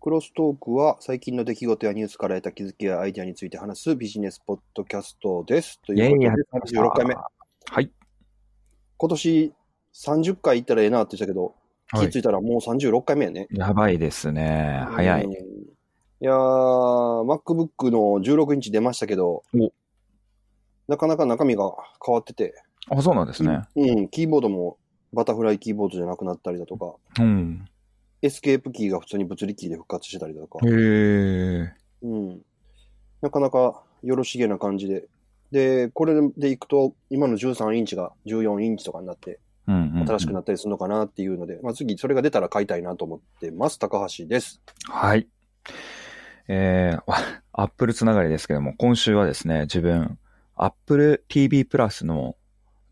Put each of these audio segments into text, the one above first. クロストークは最近の出来事やニュースから得た気づきやアイデアについて話すビジネスポッドキャストです。というイェイことで、36回目。はい。今年30回行ったらええなって言ってたけど、は気いづいたらもう36回目やね。やばいですね。早うんい。いやー、MacBook の16インチ出ましたけどお、なかなか中身が変わってて、あ、そうなんですね。うん、キーボードもバタフライキーボードじゃなくなったりだとか、うん。エスケープキーが普通に物理キーで復活してたりだとかへ、え。うん、なかなかよろしげな感じで、で、これでいくと、今の13インチが14インチとかになって、うん、うん。新しくななったりするのかなっていうので、まあ、次、それが出たら買いたいなと思ってます。高橋です。はい。えー、わアップルつながりですけども、今週はですね、自分、Apple TV プラスの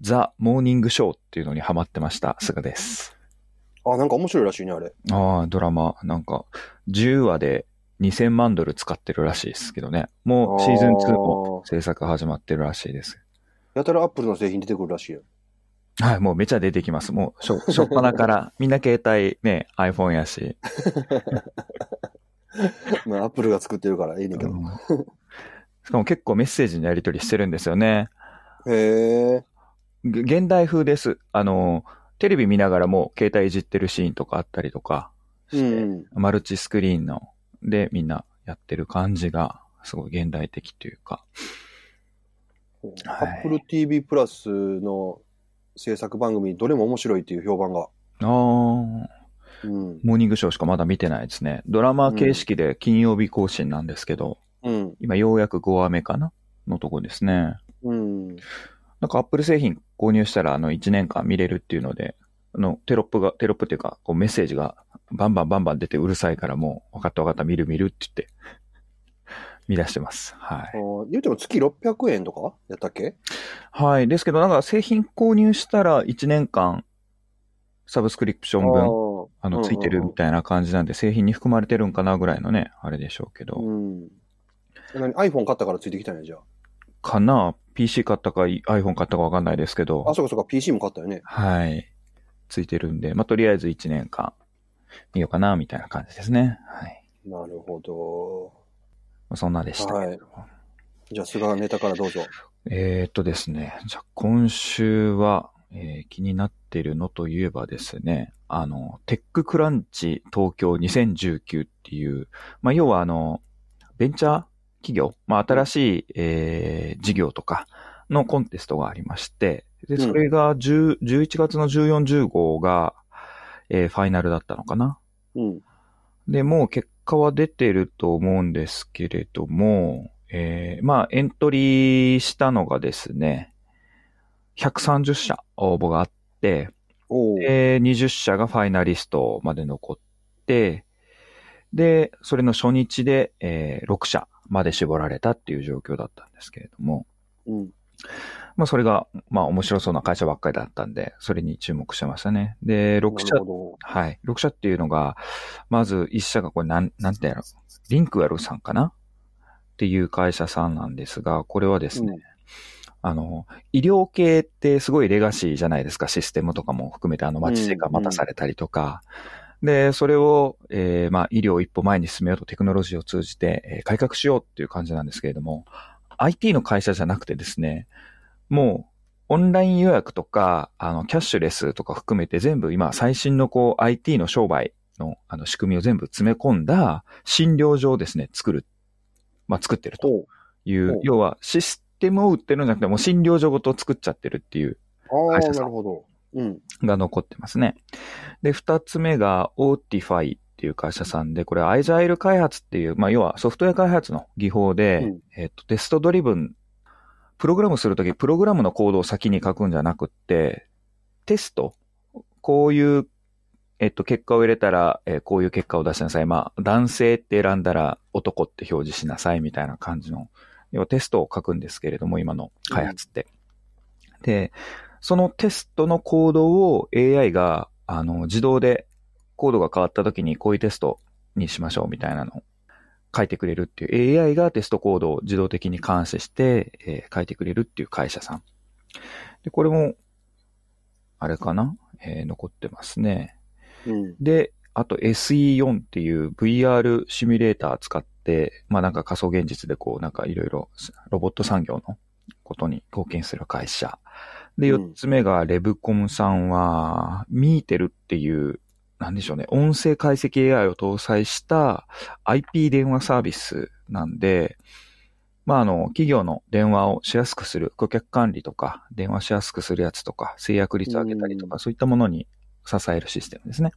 ザ・モーニングショーっていうのにハマってました、すぐです。あ、なんか面白いらしいね、あれ。ああ、ドラマ、なんか、10話で2000万ドル使ってるらしいですけどね。もうシーズン2もも制作始まってるらしいです。やたらアップルの製品出てくるらしいよ。はい、もうめちゃ出てきます。もう、しょ、 しょっぱなから、みんな携帯ね、iPhone やし。まあ、アップルが作ってるからいいねんけうど。んしかも結構メッセージのやり取りしてるんですよね。へえ。げ現代風です。あの、テレビ見ながらも携帯いじってるシーンとかあったりとかうして、ん。マルチスクリーンの、でみんなやってる感じが、すごい現代的というか。アップル TV プラスの制作番組、どれも面白いっていう評判が。あー。うん。モーニングショーしかまだ見てないですね。ドラマ形式で金曜日更新なんですけど、うん。今ようやく5話目かなのとこですね。うん。なんか Apple 製品購入したらあの1年間見れるっていうので、あのテロップが、テロップっていうか、こうメッセージがバンバンバンバン出てうるさいからもう、分かった分かった、見る見るって言って、 見出してます。はあい。ー言うても月600円とかやったっけはい。ですけどなんか製品購入したら1年間サブスクリプション分、分あの、ついてるみたいな感じなんで、製品に含まれてるんかなぐらいのね、あれでしょうけど。うん。何 iPhone 買ったからついてきたんや、じゃかな ?PC 買ったか iPhone 買ったかわかんないですけあ。どあ、、そうかそうか、PC も買ったよね。はい。ついてるんで、まあ、とりあえず1年間見ようかな、みたいな感じですね。はい。なるほど。まあそんなでしたけど。はいじゃあ、菅ネタからどうぞ。えー、っとですね、じゃあ今週は、えー気になってるのといえばですね、あの、テッククランチ東京2019っていう、まあ、要はあの、ベンチャー企業、まあ、新しい、えー事業とかのコンテストがありまして、で、うんそれが10 11月の14、15が、えーファイナルだったのかな。うん。で、もう結果は出てると思うんですけれども、えーまあエントリーしたのがですね、130社応募があって、おお。で20社がファイナリストまで残って、で、それの初日で、えー6社まで絞られたっていう状況だったんですけれども、うん。まあそれが、まあ面白そうな会社ばっかりだったんで、それに注目してましたね。で、6社なるほはい。6社っていうのが、まず1社がこれなん、なんてやろリンクウェルさんかなっていう会社さんなんですが、これはですね、うんあの、医療系ってすごいレガシーじゃないですか、システムとかも含めて、あの、待ち時間待たされたりとか、で、それを、えーまあ、医療を一歩前に進めようとテクノロジーを通じて、えー改革しようっていう感じなんですけれども、IT の会社じゃなくてですね、もう、オンライン予約とか、あの、キャッシュレスとか含めて全部今、最新のこう、IT の商売の、あの、仕組みを全部詰め込んだ、診療所をですね、作る、まあ、作ってるとど。いうお、要は、システムを売ってるんじゃなくて、もう診療所ごと作っちゃってるっていうおうああ、な会社るさんほど。うん。が残ってますね。で、二つ目が、オーティファイっていう会社さんで、これ、アイジャイル開発っていう、まあ、要はソフトウェア開発の技法で、うんえっと、テストドリブン、プログラムするとき、プログラムのコードを先に書くんじゃなくって、テスト、こういう、えっと、結果を入れたら、えーこういう結果を出しなさい。まあ、男性って選んだら男って表示しなさいみたいな感じの、要はテストを書くんですけれども、今の開発って。で、そのテストのコードを AI が、あの、自動でコードが変わった時にこういうテストにしましょうみたいなのを書いてくれるっていう AI がテストコードを自動的に監視して、えー書いてくれるっていう会社さん。で、これも、あれかな、えー残ってますね。うん。で、あと SE4 っていう VR シミュレーター使って、まあなんか仮想現実でこうなんかいろいろロボット産業のことに貢献する会社。で、うん4つ目がレブコムさんは、ミーテルっていう、なんでしょうね、音声解析 AI を搭載した IP 電話サービスなんで、まあ、あの、企業の電話をしやすくする、顧客管理とか、電話しやすくするやつとか、制約率を上げたりとか、そういったものに支えるシステムですね。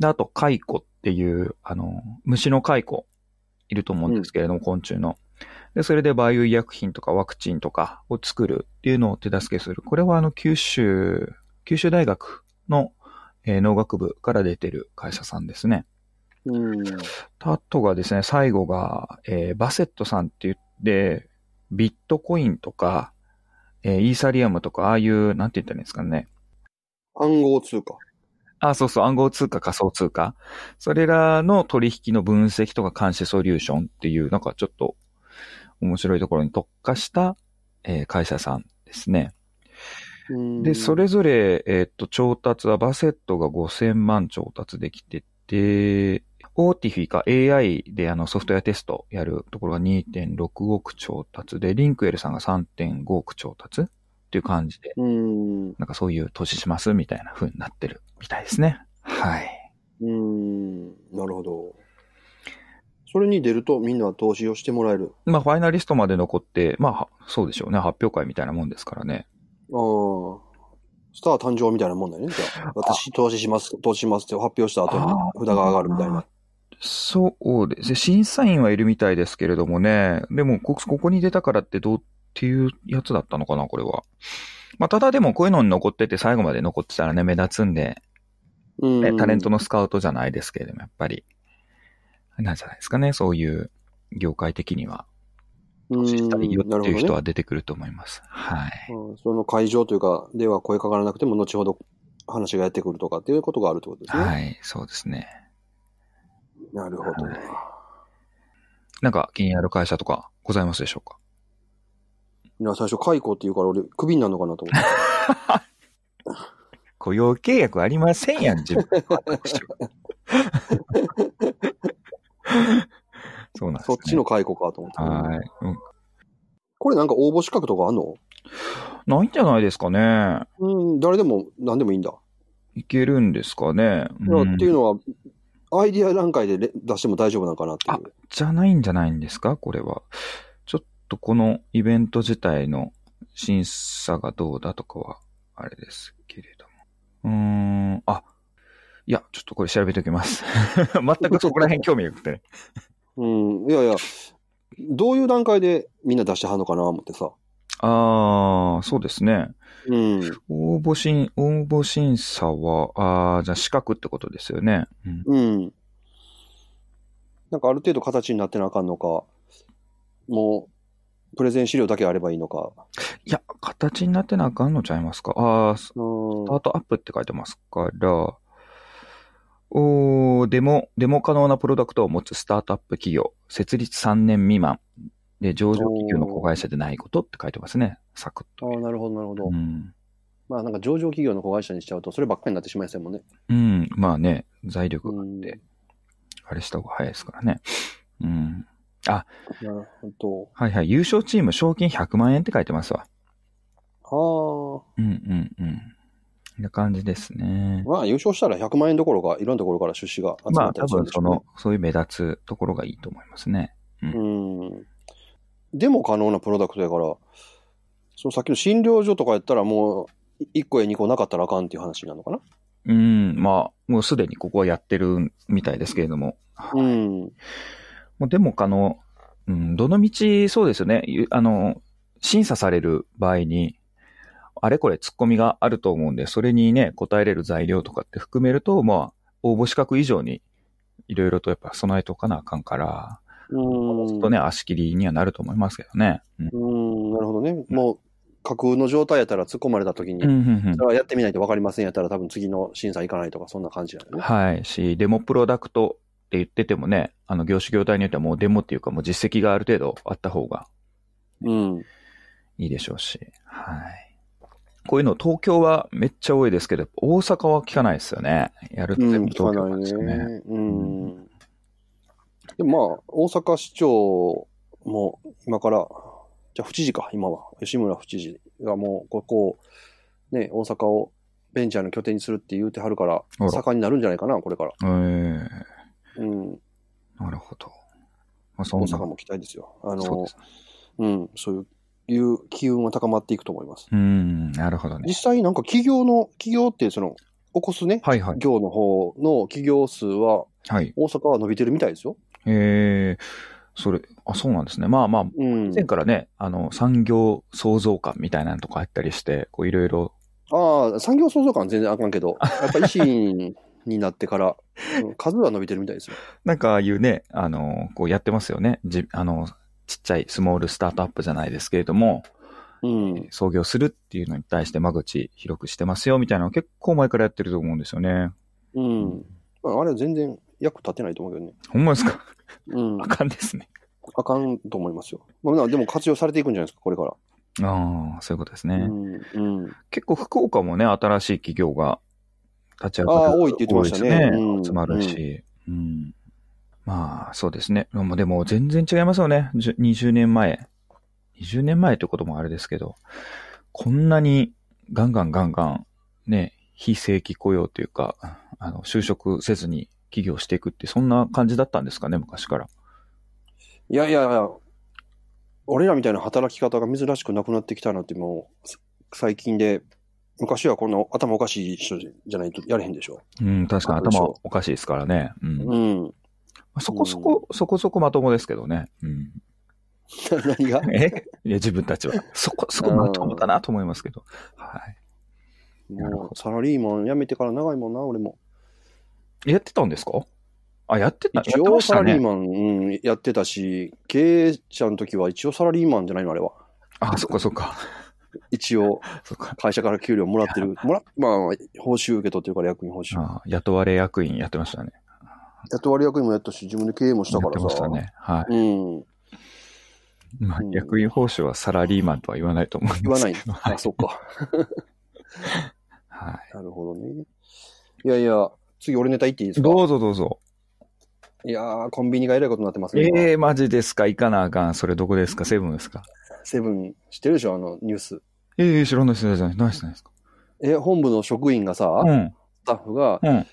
で、あと、カイコっていう、あの、虫のカイコ、いると思うんですけれども、昆虫の。で、それでバイオ医薬品とかワクチンとかを作るっていうのを手助けする。これはあの、九州、九州大学の、えー農学部から出てる会社さんですね。うん。あとがですね、最後が、えーバセットさんって言って、ビットコインとか、えーイーサリアムとか、ああいう、なんて言ったらいいんですかね。暗号通貨。あ、そうそう、暗号通貨、仮想通貨。それらの取引の分析とか監視ソリューションっていう、なんかちょっと面白いところに特化した、えー会社さんですね。うんで、それぞれ、えーっと、調達は、バセットが5000万調達できてて、オーティフィか AI であのソフトウェアテストやるところが2.6億調達で、リンクエルさんが3.5億調達っていう感じで、うん。なんかそういう投資しますみたいな風になってるみたいですね。はい。うん。なるほど。それに出るとみんな投資をしてもらえる。まあ、ファイナリストまで残って、まあは、そうでしょうね。発表会みたいなもんですからね。ああ。スター誕生みたいなもんだよね。じゃあ、私投資します、投資しますって発表した後にあー札が上がるみたいな。そうですね。審査員はいるみたいですけれどもね。でも、こ、ここに出たからってどうっていうやつだったのかな、これは。まあ、ただでもこういうのに残ってて、最後まで残ってたらね、目立つんで、うねん。タレントのスカウトじゃないですけれども、やっぱり、なんじゃないですかね、そういう業界的には、うん、知ったらいいよなっているうほど人ねは出てくると思います。はい。うんその会場というか、では声かからなくても、後ほど話がやってくるとかっていうことがあるってことですね。はい、そうですね。なるほど。はいなんか気になる会社とかございますでしょうかいや、最初、解雇って言うから俺、クビになるのかなと思っ雇用契約ありませんやん、自分。 そうた。なんです、ね。そっちの解雇かと思った。はい、うん。これなんか応募資格とかあんのないんじゃないですかね。うん、誰でも何でもいいんだ。いけるんですかね。いやうんっていうのは、アイディア段階でれ出しても大丈夫なのかなっていう。じゃないんじゃないんですかこれは。ちょっとこのイベント自体の審査がどうだとかは、あれですけれども。うーん、あ、いや、ちょっとこれ調べておきます。 全くそこら辺興味なくてね。うん、いやいや、どういう段階でみんな出してはんのかな思ってさ。ああ、そうですね。うん。応募審、応募審査は、ああ、じゃあ資格ってことですよね。うん、うん。なんかある程度形になってなあかんのか、もう、プレゼン資料だけあればいいのか。いや、形になってなあかんのちゃいますか。ああ、スうん。タートアップって書いてますから、おーデモ、デモ可能なプロダクトを持つスタートアップ企業、設立3年未満、で、上場企業の子会社でないことって書いてますね。サクッああと。、なるほど、なるほど。うん。まあなんか上場企業の子会社にしちゃうと、そればっかりになってしまいますもんね。うん、まあね、財力がうん。なであれした方が早いですからね。うん。るほはいはい。優勝チーム賞金100万円って書いてますわ。ど。ああ。うんうんうん。こんな感じですね。まあ優勝したら100万円どころか、いろんなところから出資が集ままあったり多するん分でしょそうね。の、そういう目立つところがいいと思いますね。うん。でも可能なプロダクトやから、そのさっきの診療所とかやったらもう、1個や2個なかったらあかんっていう話になるのかな。うん、まあ、もうすでにここはやってるみたいですけれども。うん。もうでも、あの、うん、どの道そうですよね。ゆあの、審査される場合に、あれこれ突っ込みがあると思うんで、それにね、答えれる材料とかって含めると、まあ、応募資格以上に、いろいろとやっぱ備えておかなあかんから、うん。ちょっとね、足切りにはなると思いますけどね。うんうん、なるほどね。もう、架空の状態やったら突っ込まれた時に、うんうんうんそれはやってみないと分かりませんやったら多分次の審査行かないとか、そんな感じだよね。はい。し、デモプロダクトって言っててもね、あの、業種業態によってはもうデモっていうかもう実績がある程度あった方がうん。いいでしょうし。はい。こういうの東京はめっちゃ多いですけど、大阪は聞かないですよね。やるとう全ん、部聞か東京ななんですよね。いね。うん。でもまあ、大阪市長も今から、じゃあ府知事か、今は。吉村府知事がもう、ここを、ね、大阪をベンチャーの拠点にするって言うてはるからあら、盛んになるんじゃないかな、これから。えーうん。なるほど。まあ、そん大な阪も期待ですよ。あの、そううですん、そういう機運は高まっていくと思います。うん、なるほどね。実際なんか企業の、企業ってその、起こすね、はいはい。業の方の企業数ははい。大阪は伸びてるみたいですよ。えー、それ、あ、そうなんですね。まあまあ、うん。以前からね、あの、産業創造館みたいなのとかあったりして、こういろいろ、ああ、産業創造館全然あかんけ ど、やっぱ維新になってから、うん数は伸びてるみたいですよ。なんかああいうね、あの、こうやってますよね。じ、あの、ちっちゃいスモールスタートアップじゃないですけれども、うん。創業するっていうのに対して間口広くしてますよみたいなのを結構前からやってると思うんですよね。うん。まああれは全然役立てないと思うけどね。ほんまですかうんあ。かんですね。あかんと思いますよ。まあ、でも活用されていくんじゃないですか、これから。ああ、そういうことですね。うん。うん。結構福岡もね、新しい企業が立ち上あがある多いって言ってましたね多いですうん集まるし。うんまあ、そうですね。でもでも全然違いますよね。じゅ20年前。20年前ってこともあれですけど、こんなにガンガンガンガン、ね、非正規雇用というか、あの、就職せずに起業していくって、そんな感じだったんですかね、昔から。いやいやいや、俺らみたいな働き方が珍しくなくなってきたなって、もう、す最近で、昔はこんな頭おかしい人じゃないとやれへんでしょ。うん、確かにそうでしょ頭おかしいですからね。うん。まうん。 あそこそこ、そこそこまともですけどね。うん。何が えいや、自分たちは。そこ、そこまともだなと思いますけど。はい。なるほもうサラリーマン辞めてから長いもんな、俺も。やってたんですかあ、やってた。や一って応ましサたラリーね。マン、うん、やってたし、経営者の時は一応サラリーマンじゃないの、あれは。あ、そっかそっか。一応、そっか。会社から給料もらってる。もらまあ、報酬受け取ってるから役員報酬。あ雇われ役員やってましたね。雇われ役員もやったし、自分で経営もしやたかってらましさた。ね。はうん。い。まあう、ん役員報酬はサラリーマンとは言わないと思うん言でわす ないけど。はあ、い。そっか。はなるほどね。いやいや、次俺ネタ言っていいでい。すかどうぞどうぞ。いやー、コンビニがえらいことになってますね。今ええー、マジですか行かなあかん。それどこですかセブンですかセブン、知ってるでしょあの、ニュース。ええー、知らないです。知らないです。ないですないですかえ、本部の職員がさ、うん。スタッフが、うん。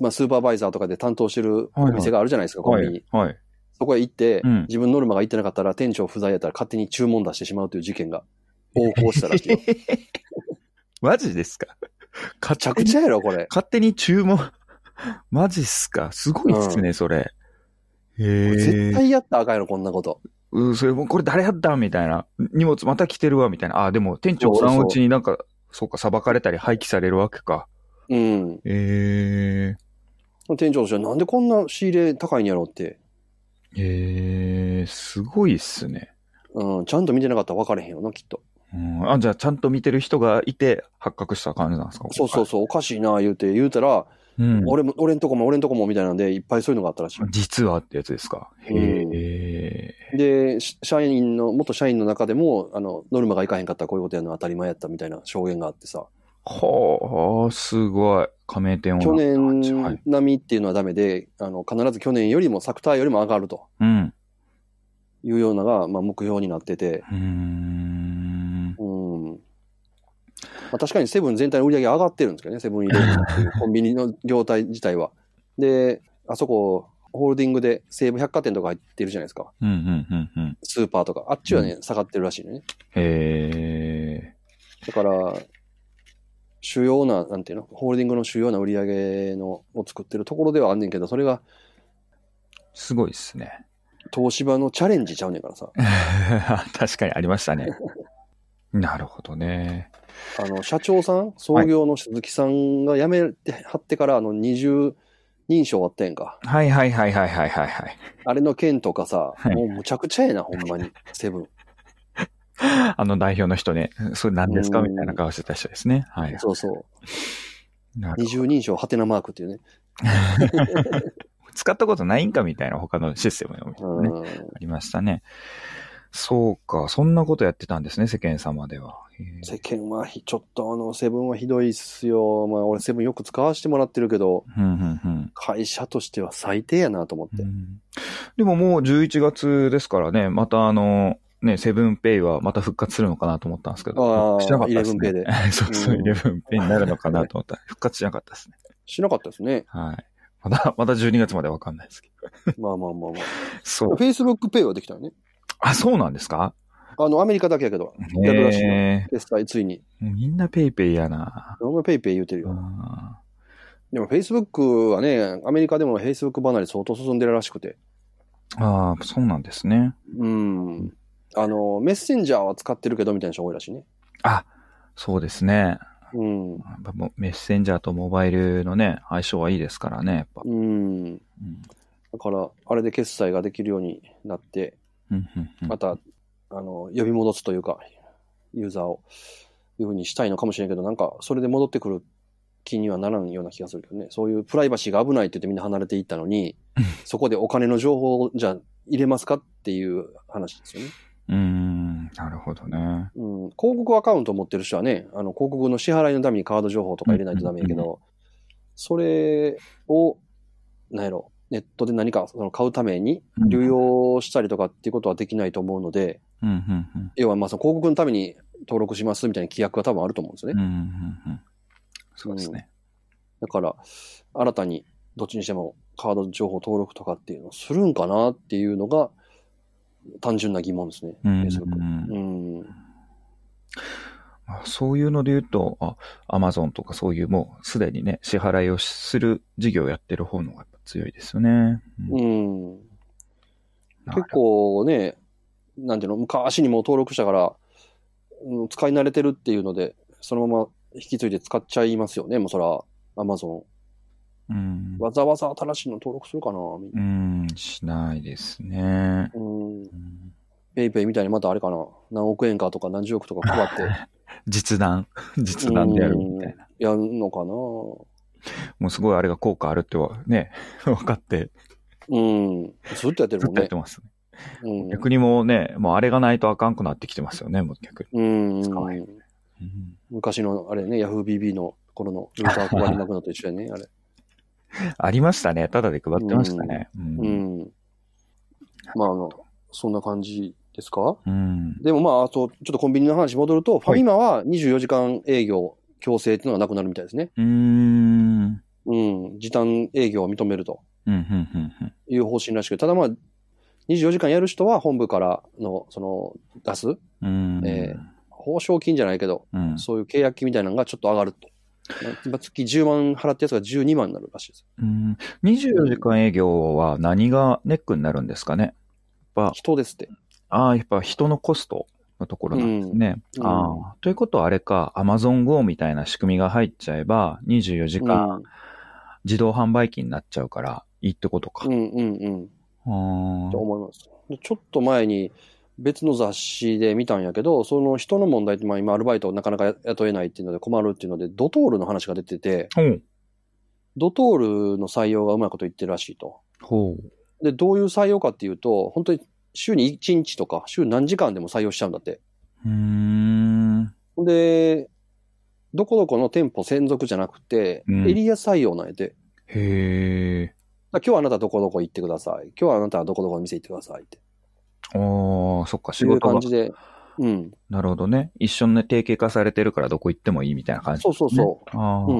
まあ、スーパーバイザーとかで担当してるお店があるじゃないですか、はコンビニい。。はい。そこへ行って、うん自分ノルマが行ってなかったら、店長不在やったら勝手に注文出してしまうという事件が横行したらし いよ。マジですか勝手着に地やろ、これ。勝手に注文。 マジっすかすごいっすね、それ。へえ。絶対やったらあかんやろ、こんなこと。うん、それもうこれ誰やったんみたいな。荷物また来てるわ、みたいな。あ、でも店そう長おそうらそうんうちになんか、そうか、裁かれたり廃棄されるわけか。うん。へ店長としては、なんでこんな仕入れ高いんやろって。え。へえ、すごいっすね。うん、ちゃんと見てなかったら分かれへんよな、きっと。うん、あ、じゃあちゃんと見てる人がいて発覚した感じなんですかそうそうそう、おかしいな、言うて、言うたら、う。うん。俺も、俺んとこも俺んとこもみたいなんで、いっぱいそういうのがあったらし実はってやつですか。へえ。い。で、し社員の、元社員の中でも、あの、ノルマがいかへんかったらこういうことやるのは当たり前やったみたいな証言があってさ、はあ、すごい。加盟店を。去年はい。並みっていうのはダメで、あの、必ず去年よりも、作ターよりも上がるとうん。いうようなが、まあ、目標になってて、うーん。うん。まあ、確かにセブン全体の売り上げ上がってるんですけどね、セブンイレブンって いうコンビニの業態自体は。で、あそこ、ホールディングで西武百貨店とか入ってるじゃないですか。うん、うん、うん、うん。スーパーとか。あっちはね、下がってるらしいのね。へえ。だから、主要な、なんていうの、ホールディングの主要な売り上げのを作ってるところではあんねんけど、それがすごいっすね。 東芝のチャレンジちゃうねんからさ、確かにありましたね。なるほどね。あの、社長さん、創業の鈴木さんが辞めて、はってから、あの、二重認証あったやんか。はいはいはいはいはいはいはい。あれの件とかさ、はいもうむちゃくちゃやな、ほんまに、セブン。あの代表の人ね、それ何ですかうんみたいな顔してた人ですね。はい。そうそう。なる二重認証、ハテナマークっていうね。使ったことないんかみたいな他のシステムのもね、うん。ありましたね。そうか、そんなことやってたんですね、世間様では。へえ世間はひちょっとあの、セブンはひどいっすよ。まあ俺セブンよく使わせてもらってるけど、うんうんうん会社としては最低やなと思っうて。んでももう11月ですからね、またあの、ね、セブンペイはまた復活するのかなと思ったんですけあど、あしなかったですね。 11ペイ そうそう、うんイレブンペイになるのかなと 思ったら、復活しなかったですね。。しなかったですね はい。まだ、まだ12月までわかんないですけど。まあまあまあまあ。そう。 Facebook Pay はできたよね。あ、そうなんですかあの、アメリカだけやけど、やるらしいよ。え決済ついに。ー、もうみんなペイペイやな。俺も PayPay 言うてるよ。あでも Facebook はね、アメリカでも Facebook 離れ相当進んでるらしくて。ーあー、そうなんですね。うん。あの、メッセンジャーは使ってるけどみたいな人多いらしいね。あ、そうですね。うん。やっぱもうメッセンジャーとモバイルのね、相性はいいですからね、やっぱ。うん。うんだから、あれで決済ができるようになって、うんうんうんまた、あの、呼び戻すというか、ユーザーを、いうふうにしたいのかもしれんけど、なんか、それで戻ってくる気にはならんような気がするけどね。そういうプライバシーが危ないって言ってみんな離れていったのに、そこでお金の情報を、じゃあ入れますかっていう話ですよね。うーん、なるほどね。うん。広告アカウント持ってる人はね、あの、広告の支払いのためにカード情報とか入れないとダメやけうんど、それを、なんやろ、ネットで何かその買うために流用したりとかっていうことはできないと思うので、うん、うん、うん。要はまあその広告のために登録しますみたいな規約が多分あると思うんですようんね。うんうんうんそうですね。だから、新たにどっちにしてもカード情報登録とかっていうのをするんかなっていうのが単純な疑問ですね。うんうん Facebook うんうん。まあそういうので言うと、あ、アマゾンとかそういうもうすでにね、支払いをする事業をやってる方の方がやっぱ強いですよね。うんうん。なる結構ね、なんていうの、昔にもう登録したから、うん、使い慣れてるっていうので、そのまま引き継いで使っちゃいますよね。もうそら、Amazon。うん。わざわざ新しいの登録するかな、みんうな。ん、しないですね。うん。うんペイペイみたいにまたあれかな。何億円かとか何十億とか配って。実弾、 実弾でやるみたいな。やるのかなもうすごいあれが効果あるってはね、 分かって、うん。ずっとやってるずもっんとやっねて。ますね。うん逆にもうね、もうあれがないとあかんくなってきてますよね、もう逆に。うん使わへんうん昔のあれね、YahooBB の頃のルーター配りなくのと一緒やね、あれ。ありましたね。ただで配ってましたね。う。うんん。まあ、あの、そんな感じですかうん。でもまあ、あと、ちょっとコンビニの話戻ると、ファミマは24時間営業強制っていうのがなくなるみたいですね。うーん。うん。時短営業を認めるとうん、うん、うん、うん。いう方針らしく、ただまあ、24時間やる人は本部からの、その、出すうんえ報奨金じゃないけど、うんそういう契約金みたいなのがちょっと上がると。まあ月10万払ったやつが12万になるらしいです。うん、24時間営業は何がネックになるんですかねやっぱ、人ですって。ああ、やっぱ人のコストのところなんですね。うんうんああ。ということはあれか、Amazon Go みたいな仕組みが入っちゃえば、24時間うん自動販売機になっちゃうから、いいってことか。うんうんうん。あとあ。思います。でちょっと前に別の雑誌で見たんやけど、その人の問題って、まあ今アルバイトをなかなか雇えないっていうので困るっていうので、ドトールの話が出てて、ほう。ドトールの採用がうまいこと言ってるらしいと。ほで、どういう採用かっていうと、本当に週に1日とか、週何時間でも採用しちゃうんだって。う。うーん。で、どこどこの店舗専属じゃなくて、うんエリア採用なんやで、へえ。今日はあなたどこどこ行ってください。今日はあなたはどこどこの店行ってくださいって。ああ、そっか、仕いう事感がじで。うん。なるほどね。一緒に定型化されてるからどこ行ってもいいみたいな感じ、。そうそうそうああ、う。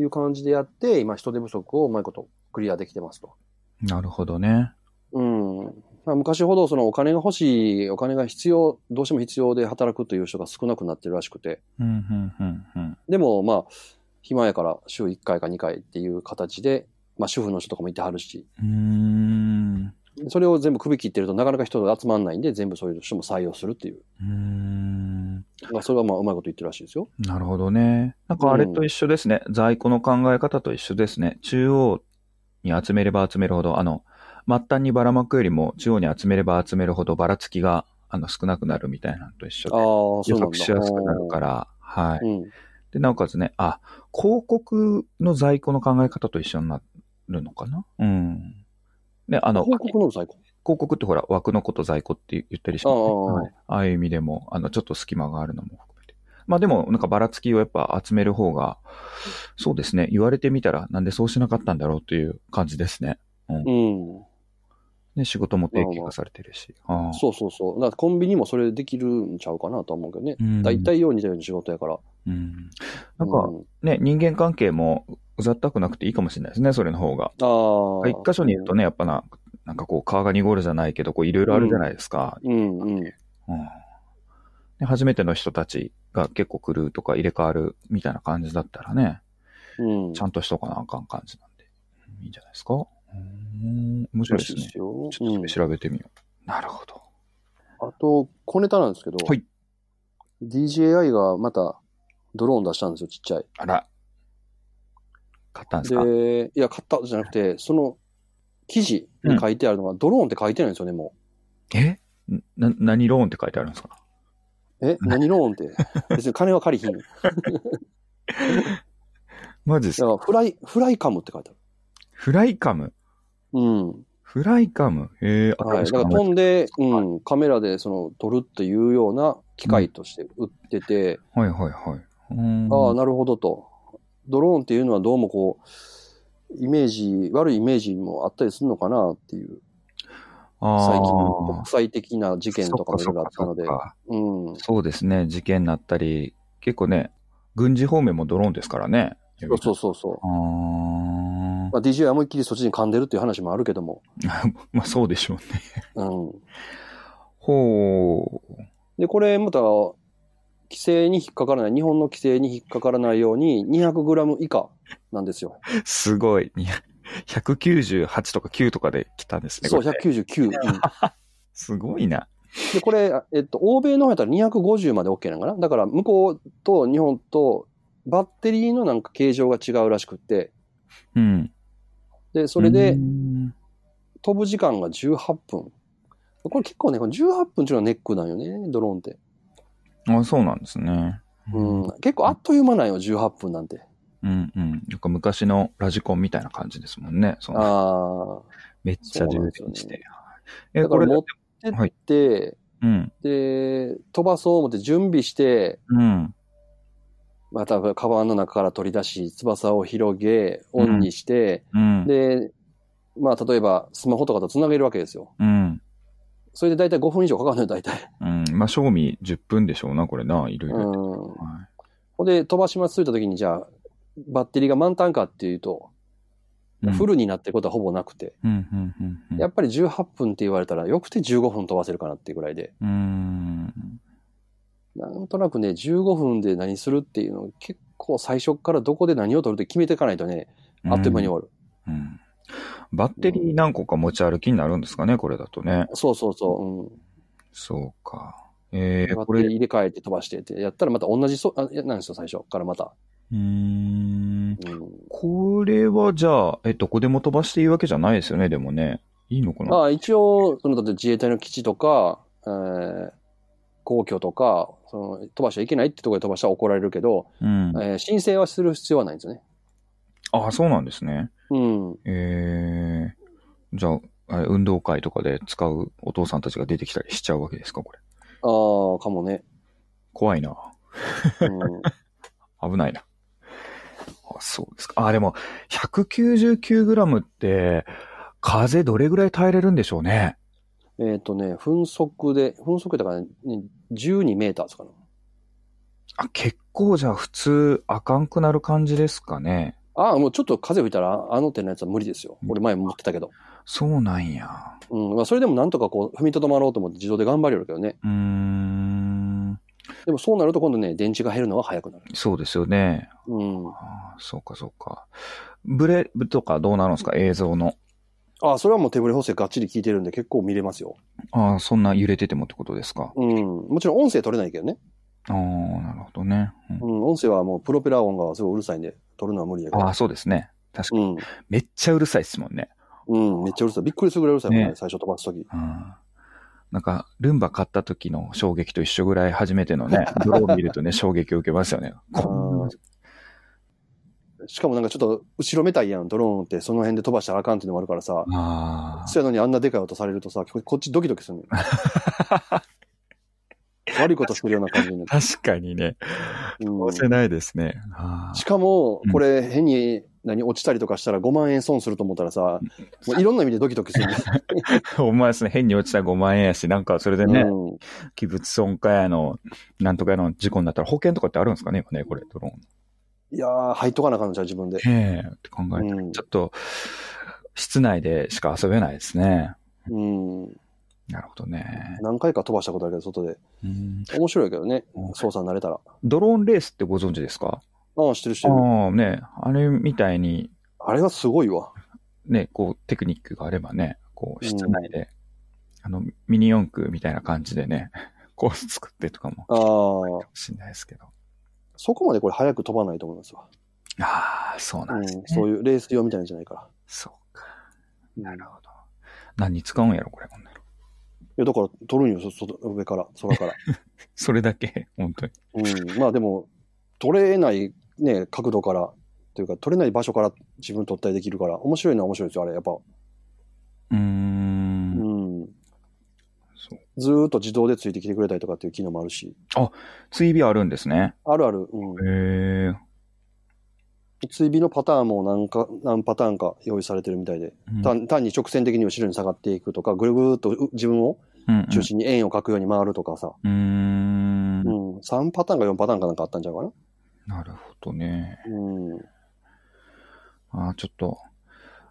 いう感じでやって、今人手不足をうまいことクリアできてますと。なるほどね。うん。まあ昔ほどそのお金が欲しい、お金が必要、どうしても必要で働くという人が少なくなってるらしくて。うん、うん、うん、うん。でもまあ、暇やから週1回か2回っていう形で、まあ主婦の人とかもいてはるし、うーん。うそれを全部首切ってるとなかなか人が集まんないんで、全部そういう人も採用するっていう。ーん。まあそれはまあうまいこと言ってるらしいですよ。なるほどね。なんかあれと一緒ですね。在庫の考え方と一緒ですね。中央に集めれば集めるほど、あの、末端にばらまくよりも中央に集めれば集めるほどばらつきが、あの、少なくなるみたいなのと一緒ああ、で。そう予なん測だ。しやすくなるから、はい。うん。で、なおかつね、あ、広告の在庫の考え方と一緒になるのかなうん。ね、あの、広告の在庫。広告ってほら、枠のこと在庫って言ったりしますね。ああはいああいう意味でも、あの、ちょっと隙間があるのも含めて。まあでも、なんかばらつきをやっぱ集める方が、そうですね、言われてみたら、なんでそうしなかったんだろうという感じですね。うん。ね、仕事も提携化されてるし。ああそうそうそう。だからコンビニもそれできるんちゃうかなとは思うけどね。うん大体よう似たような仕事やから。うん。なんかうんね、人間関係もうざったくなくていいかもしれないですね、それの方が。ああ。一箇所にいるとね、やっぱな、なんかこう、川が濁るじゃないけど、こう、いろいろあるじゃないですか。うんうん。うんで初めての人たちが結構来るとか入れ替わるみたいな感じだったらね、うん。ちゃんとしとかなあかん感じなんで、うんいいんじゃないですか。うん、面白いですね。ちよょっとそれ調べてみよう。なるほど。うんあと、小ネタなんですけど、はい。 DJI がまたドローン出したんですよ、ちっちゃい。あら。買ったんですかで、いや、買ったじゃなくて、その記事に書いてあるのが、ドローンって書いてないんですよね、もえな、何ローンって書いてあるんですかう。え、何ローン って。別に金は借りひん。だか、マジですからフライ、フライカムって書いてある。フライカム。うん。フライカム。えー、はい。新だしからく飛んで、うん、カメラでその撮るっていうような機械として売ってて、はいはいはい。うんああ、なるほどと。ドローンっていうのはどうもこう、イメージ、悪いイメージもあったりするのかなっていう、あ最ー近国際的な事件とかもいろいろあったのでそ。かうんそっかそっか。そうですね、事件になったり、結構ね、軍事方面もドローンですからね。そうそうそうそう。あーまあ、DJI は思いっきりそっちに噛んでるっていう話もあるけども。まあそうでしょうね。うん。ほう。で、これまた、規制に引っかからない、日本の規制に引っかからないように 200g 以下なんですよ。すごい。いや198とか9とかで来たんですね。そう、これね199。うんすごいな。で、これ、あえっと、欧米の方やったら250まで OK なんかなだから、向こうと日本と、バッテリーのなんか形状が違うらしくって、うん。で、それでうん飛ぶ時間が18分。これ結構ね、この18分っていうのがネックなんよね、ドローンって。あ、そうなんですね。うん。結構あっという間なんよ、18分なんて。うんうん。なんか昔のラジコンみたいな感じですもんね。そのああ。めっちゃ充実しそうなんですよて。ねえ、だかこられ、持ってって、はいうん。で、飛ばそう思って準備して、うん。またカバンの中から取り出し、翼を広げ、オンにして、うん。で、まあ、例えばスマホとかと繋げるわけですよ。うん。それで大体5分以上かかるのよ、大体。うん。まあ、賞味10分でしょうな、これな、いろいろうやって。ん。はいほんで、飛ばしますといった時に、じゃあ、バッテリーが満タンかっていうと、うんフルになってることはほぼなくて、うん、うん、うんうん。やっぱり18分って言われたら、よくて15分飛ばせるかなっていうぐらいで、うーん。なんとなくね、15分で何するっていうのを結構最初からどこで何を取るって決めていかないとね、あっという間に終わる。うん。バッテリー何個か持ち歩きになるんですかね、これだとね。そうそうそう。そうか。えうん、ー、バこッテリーれ、入れ替えて飛ばしてってやったらまた同じそ、あいやなんですよ、最初からまた。うーん。うん、これはじゃあ、え、どこでも飛ばしていいわけじゃないですよね、でもね。いいのかなまあ一応、そのだって自衛隊の基地とか、えー皇居とかその、飛ばしちゃいけないってところで飛ばしたら怒られるけど、うん。えー申請はする必要はないんですよね。あ、そうなんですね。うん。えー、じゃあ、あれ運動会とかで使うお父さんたちが出てきたりしちゃうわけですか、これ。ああ、かもね。怖いな。うん、 危ないな。あそうですか。あ、でも、199g って、風どれぐらい耐えれるんでしょうね。えっとね、分速で、分速だから、ね、12メーターですかね。あ、結構じゃあ普通、あかんくなる感じですかね。ああ、もうちょっと風吹いたら、あの手のやつは無理ですよ。俺前持ってたけど。そうなんや。うん。まあ、それでもなんとかこう、踏みとどまろうと思って自動で頑張れるけどね。うーん。でもそうなると今度ね、電池が減るのは早くなる。そうですよね。うん。ああそうか、そうか。ブレとかどうなるんですか映像の。あ、それはもう手ブレ補正がっちり効いてるんで結構見れますよ。ああ、そんな揺れててもってことですか。うん。もちろん音声取れないけどね。ああ、なるほどね。うんうん。音声はもうプロペラ音がすごいうるさいんで、取るのは無理やけああ、ど。そうですね。確かうに。ん。めっちゃうるさいですもんね。うん。めっちゃうるさい。びっくりするぐらいうるさいもんね、ね最初飛ばすとき。うんなんか、ルンバ買った時の衝撃と一緒ぐ らい初めてのね、ドローン見るとね、衝撃を受けますよね。こんなしかもなんかちょっと後ろめたいやん、ドローンってその辺で飛ばしたらあかんっていうのもあるからさ。あそうやのにあんなでかい音されるとさ、ここっちドキドキするのよ。悪いことしてるような感じになるあ。確かにね。うん押せないですね。あしかもう、んこれ変に何落ちたりとかしたら5万円損すると思ったらさ、もういろんな意味でドキドキするんだよ。あ。お前ですね、変に落ちたら5万円やし、なんかそれでね、うん器物損壊やの、なんとかやの事故になったら保険とかってあるんですかね、今ね、これ、ドローン。いやー、入っとかなあかんのちゃう、自 分で。へえ、って考えたら、うんちょっと、室内でしか遊べないですね。うん。なるほどね。何回か飛ばしたことあるけど、外で。うん面白いけどね、操作になれたら。ドローンレースってご存知ですかああ、知ってる知ってる。ああ、ね、あれみたいに、あれはすごいわ。ね、こう、テクニックがあればね、こう、うん室内で、あの、ミニ四駆みたいな感じでね、 コース作ってとかも、ああ、かもしれないですけど。そこまでこれ早く飛ばないと思いますわ。ああ、そうなんですねうん。そういうレース用みたいなんじゃないから。そうか。うんなるほど。何に使うんやろ、これ、こんなの。いや、だから取るんよ、そそ上から、空 から。それだけ、 本当に。うん、まあでも、取れない、ね、角度から、というか、取れない場所から自分取ったりできるから、面白いのは面白いですよ、あれ、やっぱ。ううー。んん。そうずーっと自動でついてきてくれたりとかっていう機能もあるし、追尾あるんですね。あるある、うんへ。え。追尾のパターンも何か、何パターンか用意されてるみたいで、うん単単に直線的に後ろに下がっていくとか、ぐるぐるっとう自分をうんうん中心に円を描くように回るとかさ、うーんう。ん、3パターンか4パターンかなんかあったんちゃうかな。なるほどね。うん。ああ、ちょっと、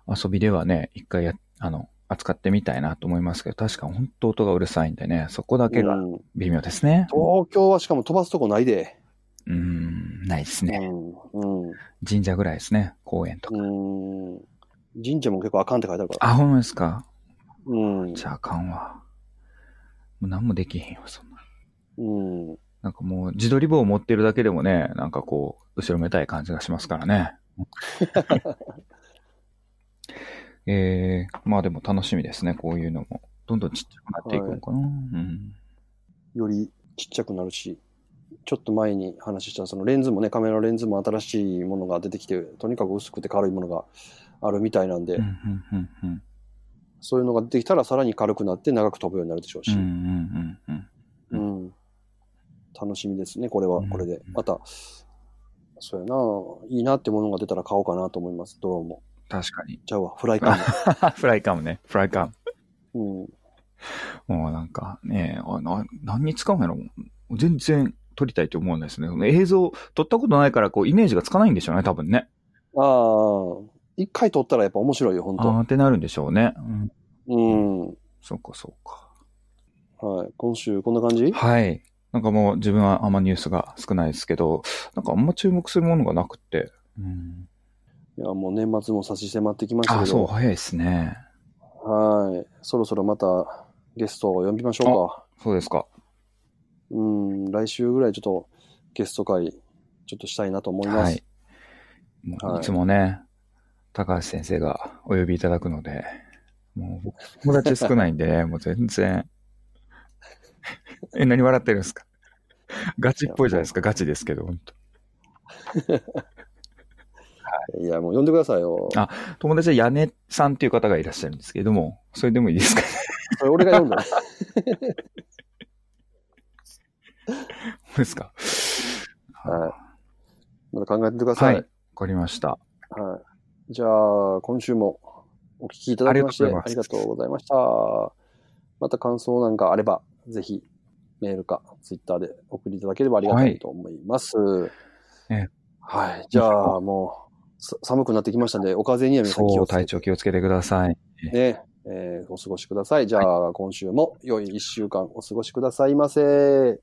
遊びではね、一回や、あの、扱ってみたいなと思いますけど、確か本当音がうるさいんでね、そこだけうがん微妙ですね。東京はしかも飛ばすとこないで。うーん、ないですね。うん。うん神社ぐらいですね、公園とか。うーん。神社も結構あかんって書いてあるから。あ、ほんまですかうん。じゃああかんわ。もう何もできへんよ、そんな。うん。なんかもう、自撮り棒を持ってるだけでもね、なんかこう、後ろめたい感じがしますか らね。えー、まあでも楽しみですね、こういうのも。どんどんちっちゃくなっていくのかな。うん。よりちっちゃくなるし、ちょっと前に話したそのレンズもね、カメラのレンズも新しいものが出てきて、とにかく薄くて軽いものがあるみたいなんで、うんうんうんうん。そういうのが出てきたらさらに軽くなって長く飛ぶようになるでしょうし、ううんうんうんうん。楽しみですね、これうはんこれで。また、そうやな、いいなってものが出たら買おうかなと思います、ドローンも。確かに。じゃあわ、フライカ フライカムね。フライカム。ム。うん。もうなんかね、あな何に使うんやろ全然撮りたいと思うんですね。映像撮ったことないから、こう、イメージがつかないんでしょうね、多分ね。ああ、一回撮ったらやっぱ面白いよ、本あー当ってなるんでしょうね。うん。うん。そうか、そうか。はい。今週こんな感じはい。なんかもう自分はあんまニュースが少ないですけど、なんかあんま注目するものがなくて。うん、いや、もう年末も差し迫ってきましたあけー、そう、ど。早いですね。はい。そろそろまたゲストを呼びましょうか。そうですか。うん。来週ぐらいちょっとゲスト会、ちょっとしたいなと思います。はい。もうはいいつもね、高橋先生がお呼びいただくので、もう僕、友達少ないんで ね、もう全然。え、何笑ってるんですかガチっぽいじゃないですか、ガチですけど、本当い、や、もう呼んでくださいよ。あ友達は屋根さんっていう方がいらっしゃるんですけれども、それでもいいですか それ俺が呼んだ。 どうですかはい。また考えててくださ。はいい。はわい。かりました。じゃあ、今週もお聞きいただきましてあありりががとうとうございました。また感想なんかあれば、ぜひメールかツイッターで送りいただければありがたいと思います。ねはい。じゃあ、もう、さ寒くなってきましたんで、お風邪には皆さん気そをう、つけ体て調気をつけてください。ね、えーお過ごしください。じゃあ、今週も良い一週間お過ごしくださいませ。